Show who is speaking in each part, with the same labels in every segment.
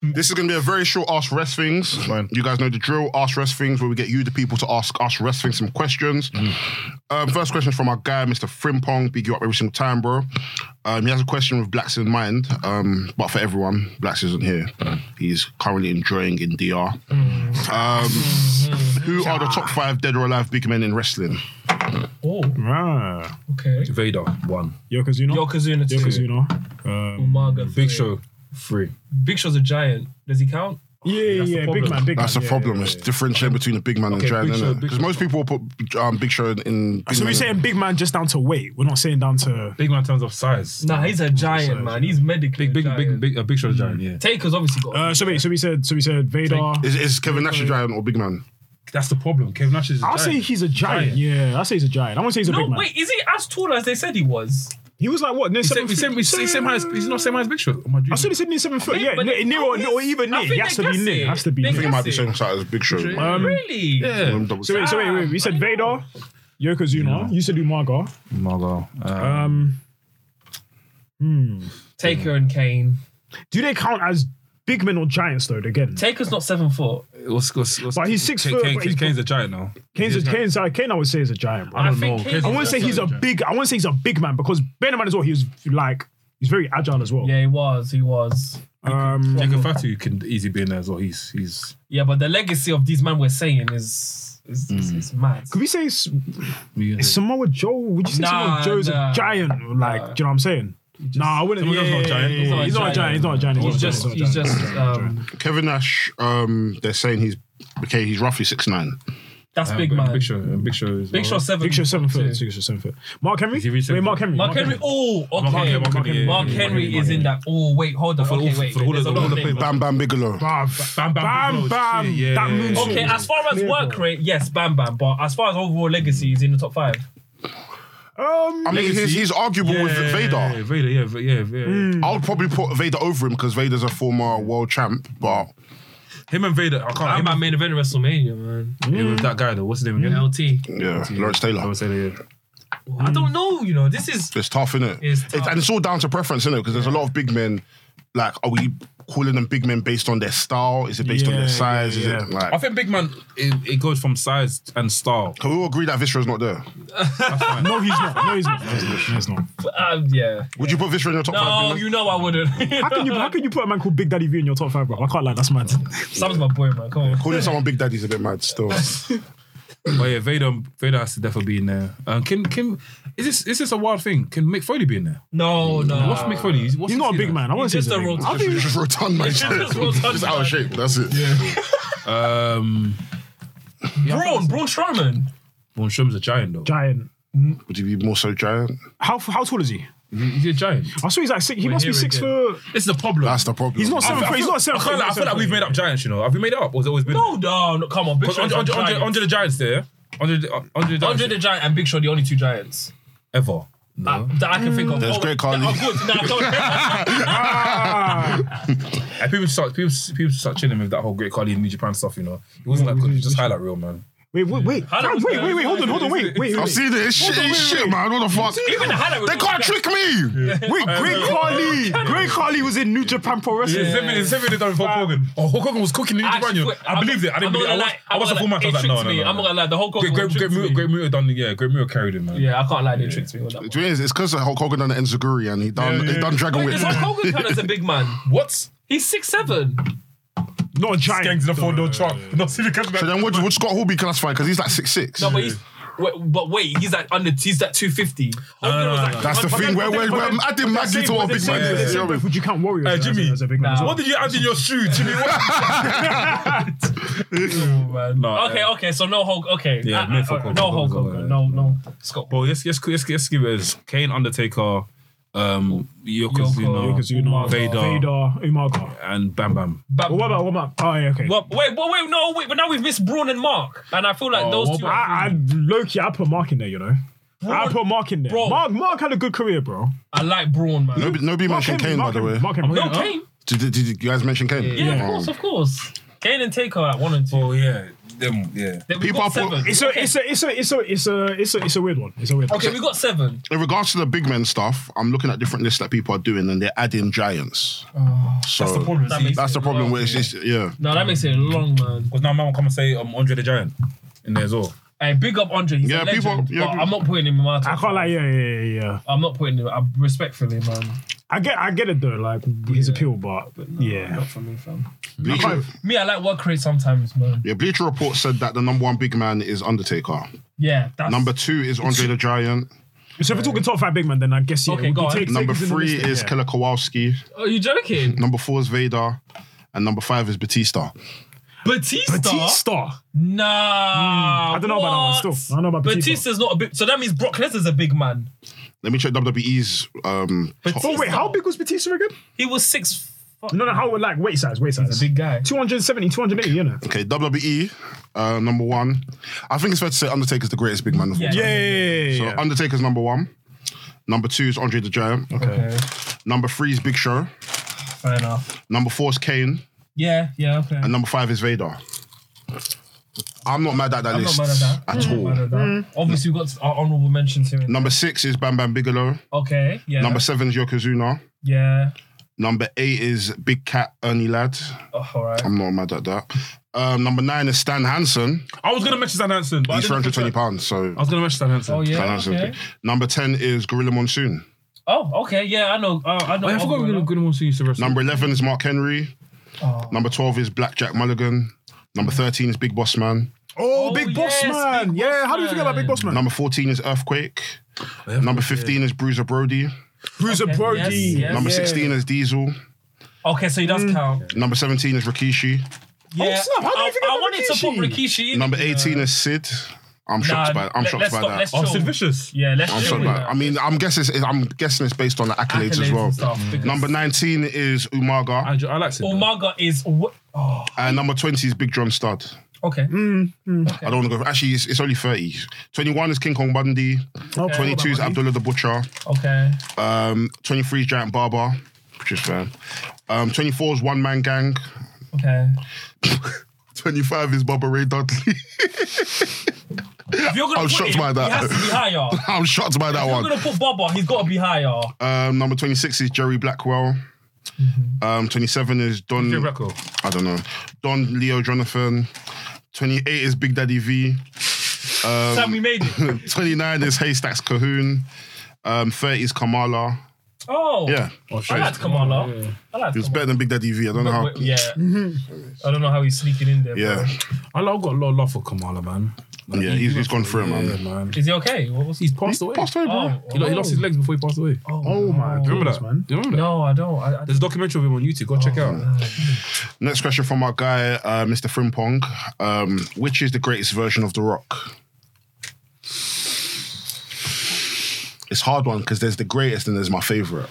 Speaker 1: This is going to be a very short Ask Rest Things. You guys know the drill. Ask Rest Things, where we get you, the people, to ask us Rest Things some questions. Um, first question is from our guy, Mr. Frimpong. Big you up every single time, bro. Um, he has a question with Blacks in mind, um, but for everyone, Blacks isn't here. He's currently enjoying in DR. Um, who are the top five dead or alive big men in wrestling?
Speaker 2: Oh,
Speaker 3: Ah,
Speaker 2: okay.
Speaker 4: Vader, one.
Speaker 3: Yokozuna.
Speaker 2: Yokozuna, two.
Speaker 3: Yokozuna. Um,
Speaker 2: Umaga, three.
Speaker 4: Big Show, three.
Speaker 2: Big Show's a giant. Does he count?
Speaker 3: yeah,
Speaker 4: That's the
Speaker 3: yeah, big
Speaker 4: problem.
Speaker 3: man, big
Speaker 1: That's
Speaker 3: man.
Speaker 1: the
Speaker 3: yeah,
Speaker 1: problem.
Speaker 3: yeah,
Speaker 1: It's
Speaker 3: yeah.
Speaker 1: differentiating between the big man and
Speaker 4: Okay,
Speaker 1: giant,
Speaker 4: Big Show, Big
Speaker 1: Because
Speaker 4: Show.
Speaker 1: most people put um, Big Show in. big
Speaker 3: So
Speaker 1: men
Speaker 3: we're
Speaker 1: in-
Speaker 3: saying big man just down to weight. We're not saying down to.
Speaker 4: Big man in terms of size.
Speaker 2: Nah, he's a giant, man. He's medically
Speaker 4: Big, big,
Speaker 2: a
Speaker 4: big,
Speaker 2: giant.
Speaker 4: big, a big show giant.
Speaker 3: Mm.
Speaker 4: Yeah,
Speaker 2: Taker's obviously got.
Speaker 3: Uh, so wait, so we said, so we said Vader.
Speaker 1: Is, is Kevin Nash a giant or big man?
Speaker 4: that's the problem. Kevin Nash is. A
Speaker 3: I'll
Speaker 4: giant.
Speaker 3: say he's a giant. Yeah, I'll say he's a giant. I won't say he's a
Speaker 2: no,
Speaker 3: big man.
Speaker 2: wait, is he as tall as they said he was?
Speaker 3: He was like what? Near
Speaker 4: He's
Speaker 3: seven
Speaker 4: same, he's
Speaker 3: feet.
Speaker 4: same, he's same, same height. as- He's not same height as Big Show. Oh, my
Speaker 3: I
Speaker 4: goodness.
Speaker 3: said he said near seven foot.
Speaker 2: think-
Speaker 3: Yeah,
Speaker 2: but
Speaker 3: near,
Speaker 2: they-
Speaker 3: near
Speaker 2: oh,
Speaker 3: or, or
Speaker 2: he's-
Speaker 3: even
Speaker 2: I
Speaker 3: near. He
Speaker 2: think
Speaker 3: has
Speaker 2: they're
Speaker 3: to be near.
Speaker 2: guessing.
Speaker 3: Has to be
Speaker 2: They're
Speaker 1: I
Speaker 3: near.
Speaker 1: think it might be the
Speaker 2: Massive.
Speaker 1: same size as Big Show.
Speaker 4: Yeah.
Speaker 3: Um,
Speaker 2: really?
Speaker 4: Yeah.
Speaker 1: Double
Speaker 3: So wait, so wait, wait. We said Vader, Yokozuna. You said Umaga.
Speaker 4: Margot.
Speaker 1: Uh,
Speaker 4: Um,
Speaker 3: Um,
Speaker 2: Taker and Kane.
Speaker 3: do they count as big men or giants though? Again,
Speaker 2: Taker's not seven foot.
Speaker 4: what's, what's, what's,
Speaker 3: But he's six
Speaker 4: Kane,
Speaker 3: foot,
Speaker 4: Kane,
Speaker 3: but he's-
Speaker 4: Kane's a giant now.
Speaker 3: Kane's a,
Speaker 4: He's
Speaker 3: Kane's uh, Kane. I would say is a giant. Bro.
Speaker 4: I don't
Speaker 2: I think
Speaker 4: know.
Speaker 2: Kane's
Speaker 4: Kane's
Speaker 3: I
Speaker 4: a
Speaker 3: want to say
Speaker 4: giant.
Speaker 3: he's a big. I want to say he's a big man because bear in mind as well, he was like he's very agile as well.
Speaker 2: Yeah, he was. He was.
Speaker 3: Um,
Speaker 4: Jacob Fatu can easily be in there as well. He's he's
Speaker 2: Yeah, but the legacy of these men we're saying is is, is,
Speaker 4: Hmm.
Speaker 2: is mad.
Speaker 3: could we say S-
Speaker 4: we-
Speaker 3: Samoa Joe? Would you say
Speaker 2: Nah,
Speaker 3: Samoa Joe's
Speaker 2: nah.
Speaker 3: a giant? Like, do you know what I'm saying? nah, I wouldn't.
Speaker 4: Samoa Joe's
Speaker 3: Yeah,
Speaker 4: not a
Speaker 3: yeah,
Speaker 4: giant.
Speaker 3: yeah, yeah, yeah. He's not a giant. He's not a giant.
Speaker 2: He's
Speaker 3: not a
Speaker 2: just
Speaker 3: giant,
Speaker 2: he's
Speaker 3: not a giant.
Speaker 2: just um
Speaker 1: Kevin Nash, um, they're saying he's okay. He's roughly six nine.
Speaker 2: that's big
Speaker 4: but
Speaker 2: man.
Speaker 4: Big Show. Big Show is. uh,
Speaker 2: Big Show seven.
Speaker 3: Big Show seven
Speaker 2: two.
Speaker 3: foot. Big Show seven foot. Mark Henry.
Speaker 4: Is he really
Speaker 3: Wait,
Speaker 4: seven
Speaker 3: Mark
Speaker 4: foot?
Speaker 3: Henry.
Speaker 2: Mark Henry. Oh, okay. Mark Henry,
Speaker 4: Henry, Mark Henry, yeah, yeah, yeah, Mark
Speaker 2: is
Speaker 4: Henry.
Speaker 2: in that. Oh wait, hold on.
Speaker 4: For the-
Speaker 2: okay,
Speaker 4: for
Speaker 2: wait.
Speaker 4: the whole of
Speaker 2: there's
Speaker 4: the-
Speaker 2: a lot
Speaker 4: whole of
Speaker 2: of
Speaker 4: the-
Speaker 2: names.
Speaker 1: Bam Bam Bigelow.
Speaker 3: Bruv.
Speaker 4: Bam, bam,
Speaker 3: bam,
Speaker 4: bam,
Speaker 3: bam.
Speaker 4: shit, yeah,
Speaker 3: That
Speaker 4: yeah,
Speaker 3: moonsault.
Speaker 4: yeah.
Speaker 2: Okay, as far as work rate, yes, Bam Bam. But as far as overall legacy, he's in the top five.
Speaker 3: Um,
Speaker 1: I mean, he's, he's arguable with
Speaker 4: Yeah,
Speaker 1: Vader.
Speaker 4: Vader. Yeah, yeah, yeah.
Speaker 3: Mm.
Speaker 4: yeah.
Speaker 1: I would probably put Vader over him because Vader's a former world champ. But
Speaker 4: Him and Vader. I can't.
Speaker 5: I'm
Speaker 4: Him,
Speaker 5: at main event of WrestleMania, man.
Speaker 4: yeah, with that guy though. What's his name again?
Speaker 5: LT.
Speaker 1: yeah, Lawrence
Speaker 4: I
Speaker 1: Taylor.
Speaker 4: would say that, yeah.
Speaker 5: I don't know, you know. This is
Speaker 1: It's tough, innit?
Speaker 5: It's
Speaker 1: It's- and it's all down to preference, innit? Because there's a lot of big men. Like, are we calling them big men based on their style? Is it based on
Speaker 3: Yeah,
Speaker 1: their size?
Speaker 3: yeah,
Speaker 1: Is it like?
Speaker 4: I think big man. It, it goes from size and style.
Speaker 1: Can we all agree that Viscera's not there?
Speaker 3: no, he's not. No, he's not. No, he's not. No, he's not.
Speaker 5: uh,
Speaker 2: Um, yeah.
Speaker 1: Would you put Viscera in your top
Speaker 2: No,
Speaker 1: five? big men?
Speaker 2: you know I wouldn't.
Speaker 3: How can you? How can you put a man called Big Daddy V in your top five, bro? I can't lie. That's mad.
Speaker 2: Sam's my boy, man. Come on.
Speaker 1: Calling someone Big Daddy's a bit mad still.
Speaker 4: But yeah, Vader. Vader has to definitely be in there. Um, can can is this is this a wild thing? Can Mick Foley be in there?
Speaker 2: No, no.
Speaker 4: What's Mick Foley? What's
Speaker 3: Uh, He's not a big man. I wouldn't say
Speaker 2: He's
Speaker 3: he's
Speaker 2: just
Speaker 3: a
Speaker 2: a
Speaker 3: big man.
Speaker 2: rotund.
Speaker 1: He's just rotund, man.
Speaker 2: just rotund,
Speaker 1: Just out
Speaker 2: man.
Speaker 1: of shape. That's it.
Speaker 4: Um,
Speaker 2: Braun, Braun Strowman.
Speaker 4: Von Strowman's a giant though.
Speaker 3: giant.
Speaker 1: Would you be more so giant?
Speaker 3: How how tall is he?
Speaker 4: He's a giant.
Speaker 3: I saw he's like six. He must be
Speaker 4: here we
Speaker 3: six
Speaker 4: go.
Speaker 3: foot.
Speaker 4: It's the problem.
Speaker 1: That's the problem.
Speaker 3: He's not seven
Speaker 4: I
Speaker 3: foot. He's
Speaker 4: feel-
Speaker 3: not seven
Speaker 4: I
Speaker 3: foot.
Speaker 4: feel, like, I feel like we've made up giants. You know, have we made it up? Or has it always been?
Speaker 2: No, no, no, come on. Big
Speaker 4: Because
Speaker 2: Show's
Speaker 4: under,
Speaker 2: not
Speaker 4: under, under,
Speaker 2: giant.
Speaker 4: under the giants there. Under the under the giants
Speaker 2: Andre the Giant and Big Show, the only two giants
Speaker 4: ever.
Speaker 2: that, that I can think of.
Speaker 1: There's
Speaker 2: oh,
Speaker 1: Great
Speaker 2: that
Speaker 1: Khali.
Speaker 2: are good. Nah, don't-
Speaker 4: And people start people people start chilling with that whole great Cardi and New Japan stuff. You know, it wasn't like just highlight real man.
Speaker 3: Wait, wait, wait,
Speaker 2: How
Speaker 3: wait,
Speaker 2: do
Speaker 3: wait,
Speaker 2: we-
Speaker 3: wait, wait. Hold on, hold on, wait, wait,
Speaker 1: I've
Speaker 3: wait.
Speaker 1: seen it. It's shit, it's shit, man. What the fuck?
Speaker 2: Even the highlight was
Speaker 1: They can't trick me.
Speaker 3: Wait, Great Carly. Great Carly was in New Japan Pro Wrestling.
Speaker 4: It's everything it's everything done with Hulk Hogan. Oh, Hulk Hogan was cooking New
Speaker 6: Ah,
Speaker 4: Japan.
Speaker 2: actually
Speaker 4: you know.
Speaker 2: quit.
Speaker 4: I
Speaker 2: I'm-
Speaker 4: believed it. I
Speaker 2: I'm
Speaker 4: didn't
Speaker 2: not
Speaker 4: believe it.
Speaker 2: gonna
Speaker 4: I
Speaker 2: lie,
Speaker 4: watched, I watched the
Speaker 2: I'm
Speaker 4: full
Speaker 2: not
Speaker 4: match. I
Speaker 2: gonna
Speaker 4: was like,
Speaker 2: lie, it
Speaker 4: no,
Speaker 2: tricked
Speaker 4: no,
Speaker 2: me.
Speaker 4: no.
Speaker 2: I'm not gonna lie, the whole
Speaker 4: Great,
Speaker 2: Great,
Speaker 4: great, great, Mu- great Muir done. Yeah, great Muir carried him, man.
Speaker 2: Yeah, I can't lie, they tricked me. on that one.
Speaker 1: The thing is, it's because Hulk Hogan done the Enziguri and he done he done Dragon
Speaker 2: Wait,
Speaker 1: Whip.
Speaker 2: does Hulk Hogan count as a big man?
Speaker 4: What?
Speaker 2: He's six seven.
Speaker 3: Not a
Speaker 4: Gangs
Speaker 3: giant.
Speaker 4: in the phone, no truck. Not see the
Speaker 1: So then would, would Scott Hall be classified? Because he's like six six.
Speaker 2: No, but he's. Wait, but wait, he's like under. He's at two fifty.
Speaker 1: That's the thing. Where where where I'm adding Maggie to what big man
Speaker 4: Yeah,
Speaker 1: is. you know what I mean?
Speaker 3: Would you count Warriors
Speaker 4: Hey,
Speaker 3: as a-
Speaker 4: Jimmy.
Speaker 3: as a big man?
Speaker 2: Nah.
Speaker 3: as well?
Speaker 4: What did you add in your shoe, Jimmy? What? No,
Speaker 2: okay,
Speaker 4: yeah.
Speaker 2: okay. So no Hulk. Okay,
Speaker 4: Yeah,
Speaker 2: Uh,
Speaker 4: no
Speaker 2: uh,
Speaker 4: Hulk
Speaker 2: uh,
Speaker 4: Hogan.
Speaker 2: no Hulk
Speaker 4: Hulk Hogan,
Speaker 2: Hogan.
Speaker 4: yeah.
Speaker 2: No, no Scott.
Speaker 4: Well, yes, yes, yes, yes. Give it as Kane, Undertaker, um, Yokozuna,
Speaker 2: Yoko.
Speaker 3: Yokozuna,
Speaker 4: Vader.
Speaker 3: Vader, Umaga.
Speaker 4: and Bam Bam.
Speaker 2: But,
Speaker 3: But what about what about? Oh, yeah, okay.
Speaker 2: Well, wait, but wait, no, wait. But now we've missed Braun and Mark, and I feel like
Speaker 4: Oh,
Speaker 2: those two. are-
Speaker 3: I, I low key, I put Mark in there, you know. I put Mark in there.
Speaker 2: Bro.
Speaker 3: Mark, Mark had a good career, bro.
Speaker 2: I like Braun, man.
Speaker 1: Nobody nobody
Speaker 3: Mark
Speaker 1: mentioned
Speaker 3: Henry,
Speaker 1: Kane by
Speaker 3: Mark
Speaker 1: the
Speaker 3: Henry,
Speaker 1: way.
Speaker 3: Mark Henry.
Speaker 2: no Kane.
Speaker 1: Did, did, did you guys mention Kane?
Speaker 2: Yeah, of
Speaker 1: Oh.
Speaker 2: course, of course. Kane and Taker at one and two.
Speaker 4: Oh yeah,
Speaker 6: them, yeah.
Speaker 2: Then we
Speaker 1: People
Speaker 2: got
Speaker 1: are put-
Speaker 2: seven.
Speaker 3: It's a, it's a, it's a, it's a, it's a, it's a, it's a weird one. It's a weird.
Speaker 2: Okay,
Speaker 3: one.
Speaker 2: we got seven.
Speaker 1: in regards to the big men stuff, I'm looking at different lists that people are doing, and they're adding giants. so
Speaker 6: That's the problem.
Speaker 2: That
Speaker 6: see?
Speaker 2: makes
Speaker 1: That's the problem. Where it's,
Speaker 6: Yeah.
Speaker 1: it's yeah.
Speaker 2: No, that makes it long, man.
Speaker 6: Because now man will come and say um, Andre the Giant in there as well.
Speaker 2: Hey, big up Andre. He's
Speaker 1: Yeah,
Speaker 2: a legend,
Speaker 1: people- yeah,
Speaker 2: but
Speaker 1: people-
Speaker 2: I'm not putting him in my
Speaker 3: I
Speaker 2: top.
Speaker 3: can't like, yeah, yeah, yeah, yeah.
Speaker 2: I'm not putting him. I respectfully, man.
Speaker 3: I get, I get it though, like his appeal, but, yeah.
Speaker 2: Not for me, fam.
Speaker 1: Bleacher,
Speaker 2: Me, I like work rate sometimes, man.
Speaker 1: yeah. Bleacher Report said that the number one big man is Undertaker.
Speaker 2: Yeah, that's
Speaker 1: Number two is Andre the Giant.
Speaker 3: So if we're talking top five big man, then I guess yeah.
Speaker 2: Okay,
Speaker 3: we
Speaker 2: go
Speaker 3: could
Speaker 2: on.
Speaker 3: take- take
Speaker 1: Number
Speaker 3: this in the
Speaker 1: three
Speaker 3: list,
Speaker 1: is
Speaker 3: yeah.
Speaker 1: Killer Kowalski.
Speaker 2: Are you joking?
Speaker 1: Number four is Vader. And number five is Batista.
Speaker 2: Batista?
Speaker 3: Batista.
Speaker 2: Nah.
Speaker 3: Hmm. I don't know about that one
Speaker 2: what?
Speaker 3: still. I don't know about Batista.
Speaker 2: Batista's not a big. So that means Brock Lesnar's a big man.
Speaker 1: Let me check WWE's. Um, top-
Speaker 2: Batista-
Speaker 3: Oh wait, how big was Batista again?
Speaker 2: He was six. Fuck,
Speaker 3: No, no, how like weight size, weight size.
Speaker 2: he's a big guy.
Speaker 3: 270, 280, you know.
Speaker 1: Okay, WWE, uh, number one. I think it's fair to say Undertaker's the greatest big man of all
Speaker 2: Yeah.
Speaker 1: time.
Speaker 3: Yeah, yeah,
Speaker 1: So
Speaker 3: yeah.
Speaker 1: Undertaker's number one. Number two is Andre the Giant.
Speaker 2: Okay,
Speaker 1: Number three is Big Show.
Speaker 2: fair enough.
Speaker 1: Number four is Kane.
Speaker 2: Yeah, yeah, okay.
Speaker 1: And number five is Vader. I'm not mad at that
Speaker 2: I'm not
Speaker 1: list
Speaker 2: mad at that.
Speaker 1: at
Speaker 2: I'm
Speaker 1: all.
Speaker 2: not mad at that. Obviously, we got our honorable mentions here.
Speaker 1: Number six is Bam Bam Bigelow.
Speaker 2: Okay, yeah.
Speaker 1: Number seven is Yokozuna.
Speaker 2: Yeah.
Speaker 1: Number eight is Big Cat Ernie Ladd.
Speaker 2: Oh, all right.
Speaker 1: I'm not mad at that. Um, number nine is Stan Hansen.
Speaker 4: I was gonna mention Stan Hansen. but I
Speaker 1: He's
Speaker 4: didn't think
Speaker 1: 320
Speaker 4: that-
Speaker 1: pounds. So
Speaker 4: I was gonna mention Stan Hansen.
Speaker 2: Oh
Speaker 1: Stan
Speaker 2: yeah.
Speaker 1: Hansen's
Speaker 2: Okay.
Speaker 1: big. Number ten is Gorilla Monsoon.
Speaker 2: Oh, okay. Yeah, I know. Uh, I know.
Speaker 4: Wait, Oh, I forgot
Speaker 2: Ogre,
Speaker 4: we
Speaker 2: no?
Speaker 4: were gonna see you to wrestle.
Speaker 1: Number eleven is Mark Henry.
Speaker 2: Oh.
Speaker 1: Number twelve is Black Jack Mulligan. Number thirteen is Big Boss Man.
Speaker 3: Oh,
Speaker 2: Oh,
Speaker 3: Big Boss
Speaker 2: yes, Big
Speaker 3: Man.
Speaker 2: Boss
Speaker 3: yeah, how do you feel about Big
Speaker 2: Man.
Speaker 3: Boss Man?
Speaker 1: Number fourteen is Earthquake. Number fifteen is Bruiser Brody.
Speaker 3: Bruiser
Speaker 2: Okay,
Speaker 3: Brody.
Speaker 2: yes, yes.
Speaker 1: Number
Speaker 2: Yeah.
Speaker 1: sixteen is Diesel.
Speaker 2: Okay, so he does count.
Speaker 1: Number seventeen is Rikishi. Oh,
Speaker 2: Yeah.
Speaker 3: snap, how did
Speaker 2: I,
Speaker 3: you forget
Speaker 2: I
Speaker 3: about
Speaker 2: wanted to put Rikishi in.
Speaker 1: Number eighteen is Sid. I'm shocked by. I'm
Speaker 2: let-
Speaker 1: shocked
Speaker 2: let's
Speaker 1: by
Speaker 2: stop-
Speaker 1: that.
Speaker 2: let's
Speaker 4: Oh,
Speaker 2: chill.
Speaker 4: Sid Vicious.
Speaker 2: Yeah, let's
Speaker 1: I'm
Speaker 2: chill
Speaker 1: shocked
Speaker 2: with
Speaker 1: by.
Speaker 2: that.
Speaker 1: I mean, I'm guessing. It's, I'm guessing it's based on the accolades,
Speaker 2: Accolades
Speaker 1: as well.
Speaker 2: and stuff, because-
Speaker 1: Number nineteen is Umaga.
Speaker 4: I, I like Sid. though.
Speaker 2: Umaga is wh- oh,
Speaker 1: And number 20 is Big John Studd.
Speaker 2: okay.
Speaker 1: I don't want to go. Actually, it's, it's only 30. 21 is King Kong Bundy. 22 is Abdullah the Butcher.
Speaker 2: Okay.
Speaker 1: Um, 23 is Giant Barber, which is fair. Um, 24 is One Man Gang.
Speaker 2: Okay.
Speaker 1: 25 is Bubba Ray Dudley.
Speaker 2: If you're gonna
Speaker 1: I'm
Speaker 2: put
Speaker 1: shocked
Speaker 2: him,
Speaker 1: by that.
Speaker 2: He has to be higher. If
Speaker 1: I'm shocked by that
Speaker 2: you're
Speaker 1: one.
Speaker 2: gonna put Bobber, he's gotta be higher.
Speaker 1: Um, number 26 is Jerry Blackwell. Um, 27 is Don.
Speaker 4: Jay Blackwell.
Speaker 1: I don't know. Don Leo Jonathan. 28 is Big Daddy V. Um,
Speaker 2: Sam, we made it.
Speaker 1: 29 is Haystacks Cahoon. Um, 30 is Kamala.
Speaker 2: Oh.
Speaker 1: Yeah.
Speaker 2: I liked Kamala. I liked
Speaker 1: It's
Speaker 2: Kamala.
Speaker 1: better than Big Daddy V. I don't know how.
Speaker 2: Wait, Yeah. I don't know how he's sneaking in there. bro.
Speaker 1: Yeah,
Speaker 4: I love, I've got a lot of love for Kamala, man. Like,
Speaker 1: Yeah, he's- he's gone through it, man.
Speaker 4: Yeah, man.
Speaker 2: Is he okay? What was he?
Speaker 4: He's passed away.
Speaker 1: passed away, bro.
Speaker 2: Oh,
Speaker 4: He, lo- he lost his legs before he passed away.
Speaker 3: Oh my
Speaker 4: Do you remember
Speaker 3: goodness,
Speaker 4: that?
Speaker 3: man.
Speaker 4: Do you remember that?
Speaker 2: No, I don't. I, I,
Speaker 4: There's a documentary of him on YouTube. Go check it out.
Speaker 1: Next question from our guy, uh, Mr. Frimpong. Um, which is the greatest version of The Rock? It's a hard one because there's the greatest and there's my favorite.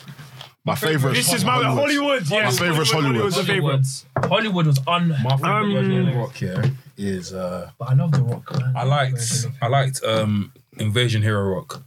Speaker 1: My favorite.
Speaker 3: This is my Hollywood. Yeah,
Speaker 1: My favorite's
Speaker 3: Hollywood's a
Speaker 1: Hollywood.
Speaker 3: favorite.
Speaker 2: Hollywood. Hollywood was un.
Speaker 4: My
Speaker 3: Um,
Speaker 4: favorite version of The Rock here is uh,
Speaker 2: But I love The Rock, man.
Speaker 4: I liked I liked um, Invasion Hero Rock.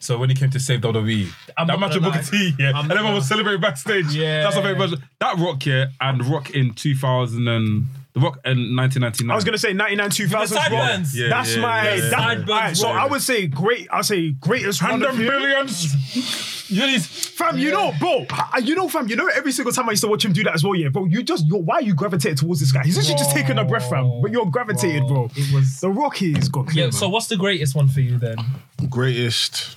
Speaker 4: So when he came to save WWE,
Speaker 2: I'm
Speaker 4: that
Speaker 2: not
Speaker 4: match with
Speaker 2: gonna
Speaker 4: Booker
Speaker 2: lie.
Speaker 4: T, yeah,
Speaker 2: I'm
Speaker 4: and
Speaker 2: not
Speaker 4: everyone was
Speaker 2: gonna-
Speaker 4: celebrating backstage.
Speaker 2: Yeah.
Speaker 4: that's my favorite version. That Rock here and Rock in 2000 and the Rock in 1999.
Speaker 3: I was gonna say 99 2000.
Speaker 2: sideburns.
Speaker 4: Yeah,
Speaker 3: That's
Speaker 4: yeah,
Speaker 3: my.
Speaker 4: yeah, yeah.
Speaker 3: that-
Speaker 2: Sideburns
Speaker 3: alright, so
Speaker 2: rock.
Speaker 3: I would say great. I'll say greatest one
Speaker 4: and the
Speaker 3: of you.
Speaker 4: millions. you know, these-
Speaker 3: Fam, you know, bro. I, you know, fam. You know, every single time I used to watch him do that as well. Yeah, bro. You just, yo, why are you gravitating towards this guy? He's literally just taking a breath, fam. But you're gravitated, bro.
Speaker 2: It was.
Speaker 3: The Rocky is gone.
Speaker 2: Yeah. So what's the greatest one for you then?
Speaker 1: Greatest.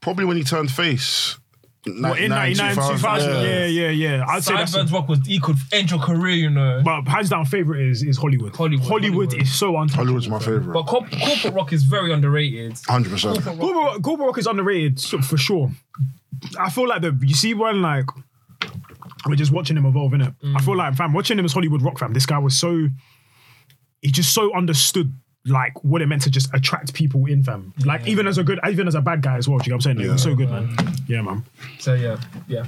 Speaker 1: Probably when he turned face.
Speaker 3: What, in 99 2000. Yeah, yeah, yeah. I'd say that's.
Speaker 2: Sideburns Rock was equal to end your career, you know. But,
Speaker 3: But hands down, favorite is is Hollywood.
Speaker 2: Hollywood, Hollywood.
Speaker 3: is so untouchable.
Speaker 1: Hollywood's my favorite.
Speaker 2: corp- corporate rock is very underrated.
Speaker 1: 100%.
Speaker 3: Global Rock, Global Rock is underrated so- for sure. I feel like the you see when like we're just watching him evolve in it. I feel like fam watching him as Hollywood rock fam. This guy was so he just so understood like what it meant to just attract people in fam. Like even as a good, even as a bad guy as well. Do you know what I'm saying? Like, he was so good, man. Yeah, man.
Speaker 2: So yeah, yeah,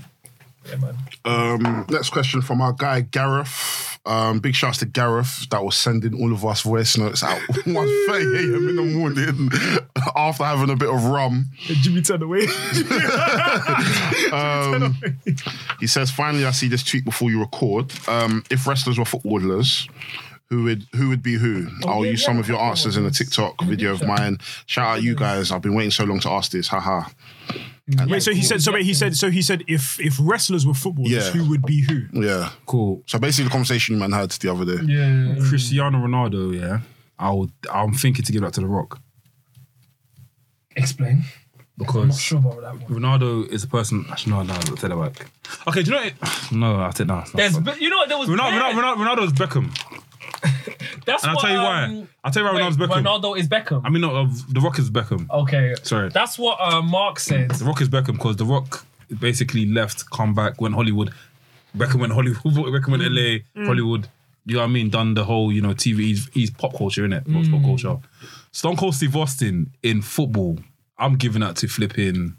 Speaker 2: yeah, man.
Speaker 1: Um, next question from our guy Gareth. Um, big shouts to Gareth that was sending all of us voice notes at 1.30 a.m. in the morning after having a bit of rum.
Speaker 3: Jimmy turned away.
Speaker 1: He says, finally, I see this tweet before you record. Um, if wrestlers were footballers, who would who would be who? I'll use some of your answers in a TikTok video of mine. Shout out you guys! I've been waiting so long to ask this. Haha.
Speaker 3: Wait, so he said. So wait, he said. So he said, if if wrestlers were footballers,
Speaker 1: Yeah.
Speaker 3: who would be who?
Speaker 1: Yeah.
Speaker 4: Cool.
Speaker 1: So basically, the conversation you man had the other day.
Speaker 2: Yeah.
Speaker 4: Cristiano Ronaldo, yeah. I would, I'm thinking to give that to The Rock
Speaker 2: Explain. I'm not
Speaker 4: because
Speaker 2: sure about that one.
Speaker 4: Ronaldo is a person. Actually, no, no, I'll take that back. Okay, do you know what? No, I'll take that.
Speaker 2: There's, but you know what? There was
Speaker 4: Ronaldo, Ronaldo, Ronaldo, Ronaldo's Beckham.
Speaker 2: That's
Speaker 4: And I'll
Speaker 2: what,
Speaker 4: tell you why.
Speaker 2: um,
Speaker 4: I'll tell you why
Speaker 2: wait,
Speaker 4: Ronaldo's Beckham.
Speaker 2: Ronaldo is Beckham.
Speaker 4: I mean, no, uh, The Rock is Beckham.
Speaker 2: okay,
Speaker 4: Sorry.
Speaker 2: That's what uh, Mark said.
Speaker 4: The Rock is Beckham because The Rock basically left, come back, went Hollywood. Beckham went Hollywood, Beckham went LA,
Speaker 2: Mm.
Speaker 4: Hollywood. You know what I mean? Done the whole, you know, TV. He's, he's pop culture, innit? What's
Speaker 2: Mm.
Speaker 4: pop culture? Stone Cold Steve Austin in football. I'm giving that to flipping.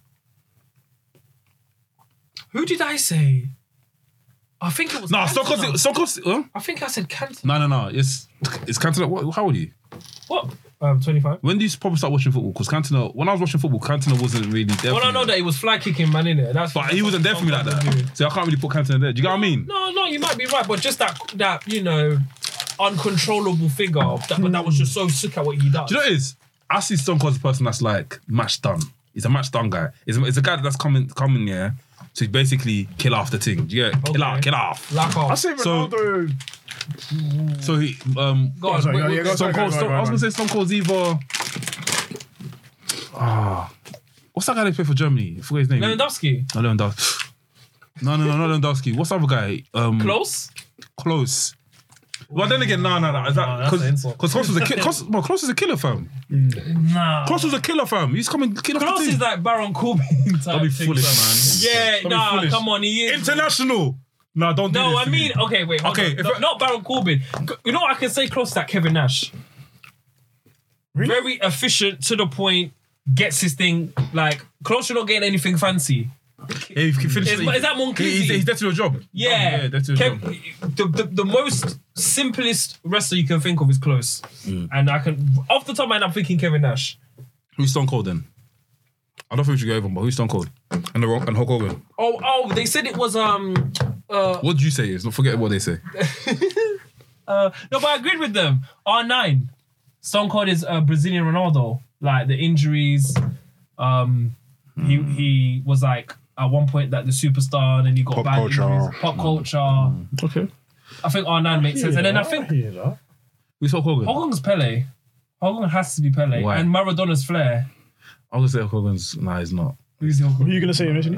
Speaker 2: Who did I say? I think it was.
Speaker 4: No, Stone Cold. Steve-
Speaker 2: Cantona.
Speaker 4: Stone Cold. Steve- Huh?
Speaker 2: I think I said Canton.
Speaker 4: No, no, no. It's it's Cantona. What, how old are you?
Speaker 2: What? Um, twenty-five.
Speaker 4: When did you probably start watching football? Because Cantona, when I was watching football, Cantona wasn't really there.
Speaker 2: Well,
Speaker 4: for
Speaker 2: I know
Speaker 4: me.
Speaker 2: that he was fly kicking man in it. That's
Speaker 4: But he wasn't there for me like that. So I can't really put Cantona there. Do you get what I mean?
Speaker 2: No, no, you might be right, but just that that you know uncontrollable figure. That, but that was just so sick at what he does.
Speaker 4: Do you know what it is? I see Stone Cold as a person that's like match done. He's a match done guy. He's a, he's a guy that's coming coming yeah to basically kill off the thing. Do you get it? Kill off,
Speaker 2: Okay.
Speaker 4: kill off.
Speaker 2: Lack of.
Speaker 3: I say
Speaker 4: So-
Speaker 3: Ronaldo.
Speaker 4: So he um
Speaker 2: Go on,
Speaker 3: Oh, Sorry,
Speaker 2: wait,
Speaker 3: yeah,
Speaker 2: wait,
Speaker 3: yeah, go
Speaker 4: Stone
Speaker 3: on, sorry, go on,
Speaker 4: Cold.
Speaker 3: go on,
Speaker 4: Stone,
Speaker 3: go
Speaker 4: I was
Speaker 3: on.
Speaker 4: gonna say Stone Cold's either ah what's that guy that played for Germany? I forgot his name.
Speaker 2: Lewandowski.
Speaker 4: No, Lewandowski. No, no, no, not Lewandowski. What's the other guy? Um,
Speaker 2: Close.
Speaker 4: Close. Well, then again, no, no, no. Is that
Speaker 2: that's an
Speaker 4: because
Speaker 2: insult.
Speaker 4: Close was a ki- Close, well, Close was a killer, fam.
Speaker 2: Nah.
Speaker 4: Close was a killer, fam. He's coming kill off the
Speaker 2: Close
Speaker 4: team.
Speaker 2: is like Baron Corbin type.
Speaker 4: Don't be
Speaker 2: thing,
Speaker 4: foolish,
Speaker 2: fam.
Speaker 4: man.
Speaker 2: Yeah,
Speaker 4: Don't be
Speaker 2: nah,
Speaker 4: foolish.
Speaker 2: come on, he is.
Speaker 4: International. No, don't. do
Speaker 2: no,
Speaker 4: this
Speaker 2: I
Speaker 4: to me.
Speaker 2: mean, okay, wait, hold
Speaker 4: Okay,
Speaker 2: on.
Speaker 4: if
Speaker 2: No,
Speaker 4: I-
Speaker 2: not Baron Corbin. You know what I can say close to that Kevin Nash. Very efficient to the point, gets his thing. Like close, you're not getting anything
Speaker 4: Oh,
Speaker 2: fancy.
Speaker 4: Yeah, you can finish
Speaker 2: Is-
Speaker 4: it.
Speaker 2: is that Monk
Speaker 4: He- He's,
Speaker 2: Lindsay?
Speaker 4: he's dead to your job.
Speaker 2: Yeah,
Speaker 4: yeah, dead to your job.
Speaker 2: Kev- the, the the most simplest wrestler you can think of is close, and I can off the top of my head, I'm thinking Kevin Nash.
Speaker 4: Who's Stone Cold then? I don't think we should go over, him, but who's Stone Cold? And the Rock and Hulk Hogan.
Speaker 2: Oh, oh, they said it was um uh,
Speaker 4: What do you say? It's not forget what they say.
Speaker 2: uh no, but I agreed with them. R nine, Stone Cold is uh, Brazilian Ronaldo. Like the injuries, um, he
Speaker 3: Hmm.
Speaker 2: he was like at one point that the superstar, and then he got
Speaker 1: Pop
Speaker 2: bad
Speaker 1: culture.
Speaker 2: injuries.
Speaker 3: Hmm.
Speaker 2: pop culture.
Speaker 3: Okay.
Speaker 2: I think R nine makes sense, and then I think
Speaker 4: Who's Hulk Hogan?
Speaker 2: Hogan's Pele. Hogan has to be Pele,
Speaker 4: Why?
Speaker 2: and Maradona's Flair.
Speaker 4: I was gonna say Hulk Hogan's. Nah, he's not.
Speaker 2: Who's Hogan?
Speaker 3: Who are you gonna say initially?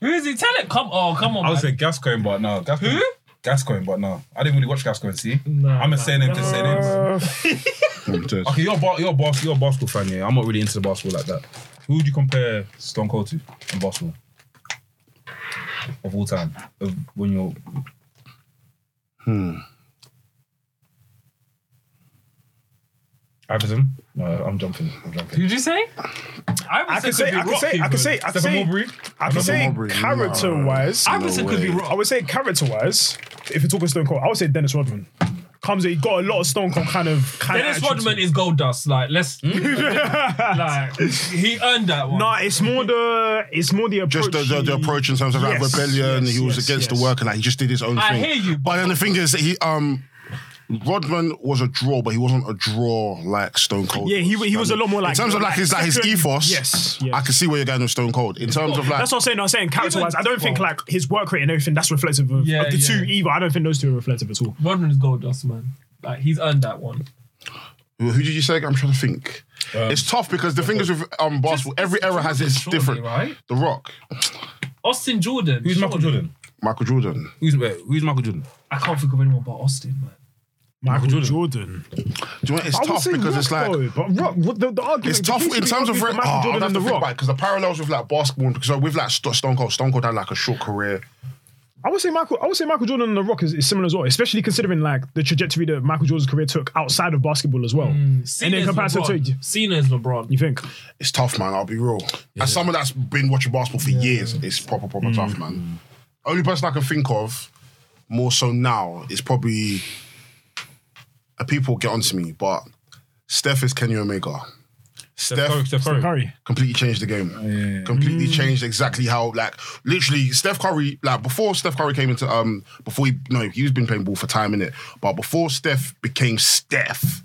Speaker 2: Who is he? Tell it. Come on, come on.
Speaker 6: I would
Speaker 2: man.
Speaker 6: say Gascoigne, but no. Gascoigne. Gascoigne, but no. I didn't really watch Gascoigne, see? I'm a saying him to say names. Okay, you're a, bar, you're, a bas- you're a basketball fan, yeah? I'm not really into basketball like that. Who would you compare Stone Cold to in basketball? Of all time. Of when you're...
Speaker 1: Hmm.
Speaker 6: Iverson? No, I'm jumping. I'm jumping.
Speaker 2: Who'd you say?
Speaker 3: I can say. I can say. I can say. I can
Speaker 6: Stephen
Speaker 3: say.
Speaker 6: Marbury?
Speaker 3: I can say
Speaker 1: Marbury, nah.
Speaker 3: character wise.
Speaker 2: Iverson could be
Speaker 3: I
Speaker 2: wrong.
Speaker 3: would say character wise. If you're talking Stone Cold, I would say Dennis Rodman. Comes, he got a lot of Stone Cold kind of. Kind
Speaker 2: Dennis
Speaker 3: of attitude to
Speaker 2: Rodman is gold dust. Like, let's like he earned that one.
Speaker 3: Nah, it's more the it's more the approach.
Speaker 1: Just the, the, the
Speaker 3: he-
Speaker 1: approach in terms of like
Speaker 3: Yes,
Speaker 1: rebellion.
Speaker 3: yes,
Speaker 1: he was
Speaker 3: yes,
Speaker 1: against
Speaker 3: yes.
Speaker 1: the work and like he just did his own
Speaker 2: I
Speaker 1: thing.
Speaker 2: hear you.
Speaker 1: But then the thing is that he um Rodman was a draw, but he wasn't a draw like Stone Cold. Um,
Speaker 3: Yeah, he- he was a lot more like-
Speaker 1: in terms of like his like his
Speaker 3: like-
Speaker 1: ethos.
Speaker 3: Yes, yes.
Speaker 1: I can see where you're going with Stone Cold in terms of like
Speaker 3: That's what I'm saying. I'm saying character wise. I don't think like his work rate and everything that's reflective of,
Speaker 2: Yeah,
Speaker 3: of the
Speaker 2: yeah.
Speaker 3: two either. I don't think those two are reflective at all.
Speaker 2: Rodman is gold dust, man. Like he's earned that one.
Speaker 1: Who who did you say? I'm trying to think. it's tough because the thing is with um, basketball, every era has its
Speaker 2: Um, Jordan,
Speaker 1: different.
Speaker 2: right?
Speaker 1: The Rock,
Speaker 2: Austin Jordan.
Speaker 4: Who's Michael Jordan?
Speaker 1: Michael Jordan.
Speaker 4: Who's wait, who's Michael Jordan?
Speaker 2: I can't think of anyone but Austin, man.
Speaker 3: Michael
Speaker 4: Jordan.
Speaker 3: Jordan.
Speaker 1: Do you know, it's
Speaker 3: I would
Speaker 1: tough
Speaker 3: say
Speaker 1: because
Speaker 3: Rock,
Speaker 1: it's like.
Speaker 3: though, but Rock, what the, the argument
Speaker 1: It's tough in terms of
Speaker 3: Michael
Speaker 1: oh, I'll
Speaker 3: Jordan
Speaker 1: have
Speaker 3: and
Speaker 1: to
Speaker 3: the
Speaker 1: think
Speaker 3: Rock.
Speaker 1: about because the parallels with like basketball because so with like Sto- Stone Cold, Stone Cold had like a short career.
Speaker 3: I would say Michael. I would say Michael Jordan and the Rock is, is similar as well, especially considering like the trajectory that Michael Jordan's career took outside of basketball as well. and
Speaker 2: Mm, Cena
Speaker 3: then
Speaker 2: is
Speaker 3: comparison to
Speaker 2: LeBron. Cena is LeBron.
Speaker 3: you think
Speaker 1: It's tough, man. I'll be real. As someone that's been watching basketball for years, it's proper, proper tough, man. Only person I can think of more so now is probably uh, people get onto me, but Steph is Kenny Omega. Steph,
Speaker 6: Steph Curry.
Speaker 3: Curry.
Speaker 1: completely changed the game. Completely changed exactly how like literally Steph Curry like before Steph Curry came into um before he no he's been playing ball for time in it but before Steph became Steph,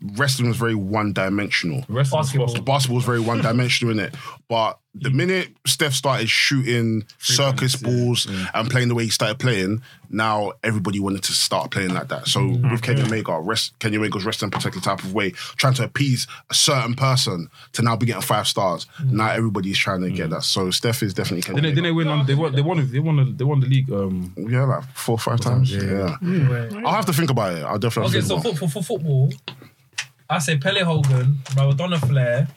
Speaker 1: wrestling was very one dimensional.
Speaker 6: Rest of the
Speaker 2: Basketball.
Speaker 6: spots-
Speaker 1: Basketball was very one dimensional in it, but the minute Steph started shooting circus balls and playing the way he started playing, now everybody wanted to start playing like that. So with Kenny Omega, rest, Kenny Omega's wrestling particular type of way, trying to appease a certain person to now be getting five stars. Now everybody's trying to get that. So Steph is definitely Kenny.
Speaker 4: Then they, then they
Speaker 1: Omega.
Speaker 4: win. Um, they won. They won. They won. They won the league. Um,
Speaker 1: yeah, like four or five times. Yeah,
Speaker 2: Anyway.
Speaker 1: I'll have to think about it. I'll definitely.
Speaker 2: Okay,
Speaker 1: have to
Speaker 2: so
Speaker 1: think about
Speaker 2: for, for, for football, I say Pele Hogan, Maradona Flair,